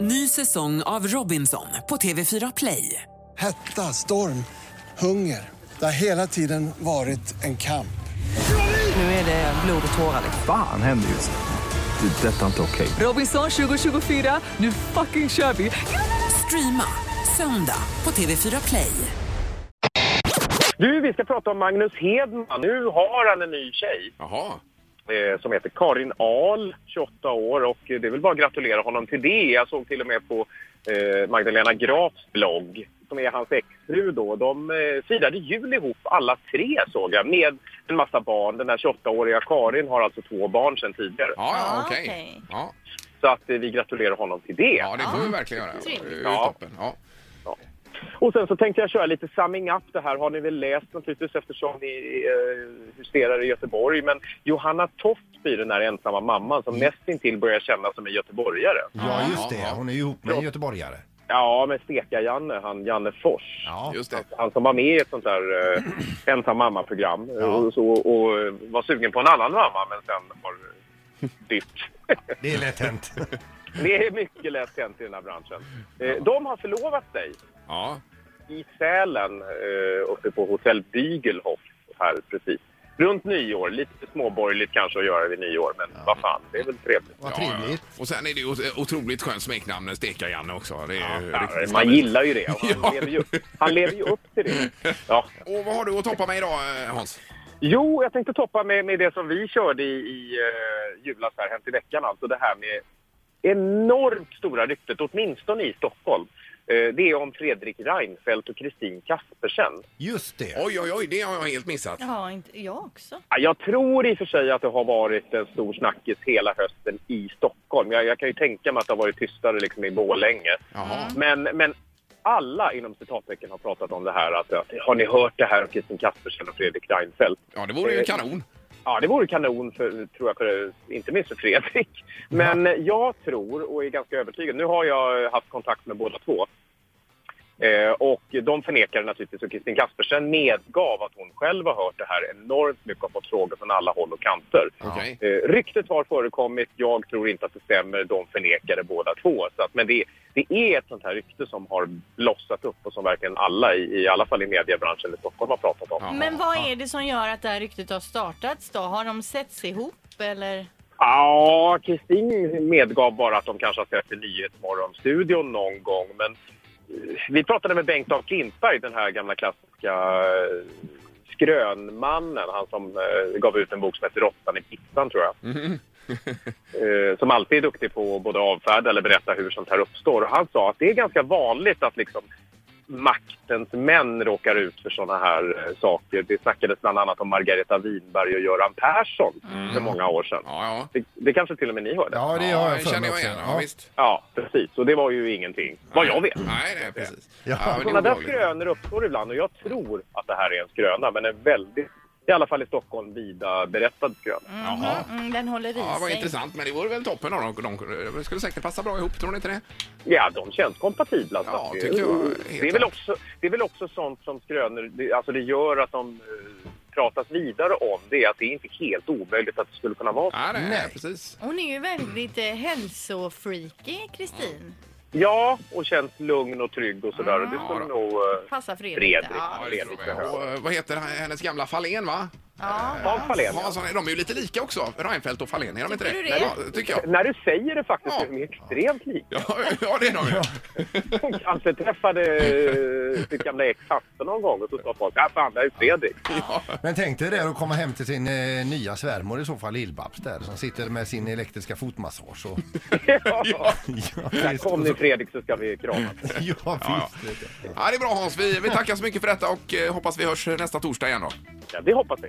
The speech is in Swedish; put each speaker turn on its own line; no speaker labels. Ny säsong av Robinson på TV4 Play.
Hetta, storm, hunger. Det har hela tiden varit en kamp.
Nu är det blod och tårar. liksom.
Fan händer just nu. Det. är Detta är inte okej.
Robinson 2024, nu fucking kör vi! Streama söndag på TV4 Play.
Du, vi ska prata om Magnus Hedman. Nu har han en ny tjej
Jaha.
eh, som heter Karin Ahl, 28 år. Och eh, det är väl bara att gratulera honom till det. Jag såg till och med på eh, Magdalena Grafs blogg, som är hans exfru då. De eh, firade jul ihop alla tre såg jag, med en massa barn. Den här 28-åriga Karin har alltså två barn sedan tidigare.
Ja, ja
Ja,
okej.
okej.
Ja.
Så att eh, vi gratulerar honom till det.
ja, det får vi verkligen göra. Det är
Trevligt.
ju
Ja.
toppen. Ja.
Och sen så tänkte jag köra lite summing up. Det här har ni väl läst naturligtvis eftersom ni eh, huserar i Göteborg. Men Johanna Toftby, den här ensamma mamman som nästintill börjar kännas som en göteborgare.
Ja, just det.
Ja, ja.
Hon är ju ihop med en göteborgare.
Ja, men Steka-Janne, han Janne Fors. Alltså,
Ja.
Just det.
Han som var med i ett sånt där eh, ensam mamma-program eh, och, så, och eh, var sugen på en annan mamma men sen har dyrt.
Det är lätt hänt.
Det är mycket lätt hänt i den här branschen. Eh, de har förlovat sig.
Ja.
i Sälen eh, uppe på hotell Bygelhof här precis. Runt nyår, lite småborgerligt kanske att göra vid nyår, men vad fan, det är väl trevligt.
Vad
Ja, ja.
trevligt.
Och sen är det ju ot- otroligt skönt smeknamn, Steka-Janne också. Det är ju
Ja,
riktigt
Man
stabilt.
gillar ju det och han,
Ja.
lever ju, han lever ju upp till det. Ja.
Och vad har du att toppa med idag, eh, Hans?
Jo, jag tänkte toppa med, med det som vi körde i, i eh, julas här, Hänt i veckan, alltså det här med enormt stora ryktet, åtminstone i Stockholm. Eh, det är om Fredrik Reinfeldt och Kristin Kaspersen.
Just det.
Oj, oj, oj, det har jag helt missat.
Ja, inte, jag också.
Ja, Jag tror i och för sig att det har varit en stor snackis hela hösten i Stockholm. Jag, jag kan ju tänka mig att det har varit tystare liksom i Borlänge.
Jaha.
Men, men alla inom citattecken har pratat om det här. Att, att, har ni hört det här om Kristin Kaspersen och Fredrik Reinfeldt?
Ja, det vore ju
Eh,
kanon.
Ja, det vore kanon, för, tror jag, för, inte minst för Fredrik. Men jag tror, och är ganska övertygad, nu har jag haft kontakt med båda två. Eh, och de förnekar naturligtvis, och Kristin Kaspersen medgav att hon själv har hört det här enormt mycket och fått frågor från alla håll och kanter.
Okej.
Eh, ryktet har förekommit, jag tror inte att det stämmer, de förnekar det båda två. Så att, men det, det är ett sånt här rykte som har blossat upp och som verkligen alla, i, i alla fall i mediebranschen i Stockholm, har pratat om.
Ja.
Men vad är det som gör att det här ryktet har startats då? Har de setts ihop eller?
Ja, Kristin medgav bara att de kanske har sett i Nyhetsmorgonstudion någon gång. Men eh, vi pratade med Bengt af Klintberg, den här gamla klassiska eh, skrönmannen. Han som eh, gav ut en bok som heter Råttan i pizzan, tror jag. Eh, som alltid är duktig på att både avfärda eller berätta hur sånt här uppstår. Och han sa att det är ganska vanligt att liksom maktens män råkar ut för såna här eh, saker. Det snackades bland annat om Margareta Winberg och Göran Persson för många år sedan.
Ja, ja.
Det, det kanske till och med ni hörde?
Ja, det har jag
det
för
känner
mig
jag
också.
igen. Ja,
Ja.
visst.
Ja, precis. Och det var ju ingenting, vad jag vet.
Nej, nej, precis.
Ja.
men det
Sådana där
är olagligt.
skrönor uppstår ibland och jag tror att det här är en skröna, men en väldigt, i alla fall i Stockholm, vida berättad skröna.
Jaha.
Mm, den håller i
Ja, vad
sig.
intressant. Men det vore väl toppen av dem. De, de skulle säkert passa bra ihop, tror ni inte det?
Ja, de känns kompatibla.
Ja,
så att det-
tycker jag, helt
det, är väl
klart.
också, det är väl också sånt som skrönor, det, alltså det gör att de eh, pratas vidare om det, att det är inte helt omöjligt att det skulle kunna vara så.
Ja, nej,
Nej.
precis.
Hon är ju väldigt eh, hälsofreaky, Kristin.
Ja, och känns lugn och trygg och sådär. Och det
Mm. Ja,
skulle
då.
nog... eh,
Passar Fredrik.
Fredrik.
Ja.
Ja, det
Fredrik
tror jag.
behöver.
Och, eh, vad heter han- hennes gamla Fahlén, va?
Hans Fahlén. ja.
Hansson, de är ju lite lika också, Reinfeldt och Fahlén. Är de inte
Tycker
det?
du det?
Ja, tycker jag.
När du säger det faktiskt,
Ja.
är de extremt lika.
Ja, ja det är de ju.
Kanske träffade eh, sitt gamla ex Hasse någon gång och så sa folk ja fan, det här är Fredrik.
Men tänk dig det att komma hem till sin eh, nya svärmor i så fall, Lill-Babs där, som sitter med sin elektriska fotmassage. Och...
Ja.
ja,
Här
visst.
kom nu Fredrik så ska vi kramas.
Ja, visst.
Ja, det är bra Hans. Vi, vi tackar så mycket för detta och eh, hoppas vi hörs nästa torsdag igen då.
Ja, det hoppas vi.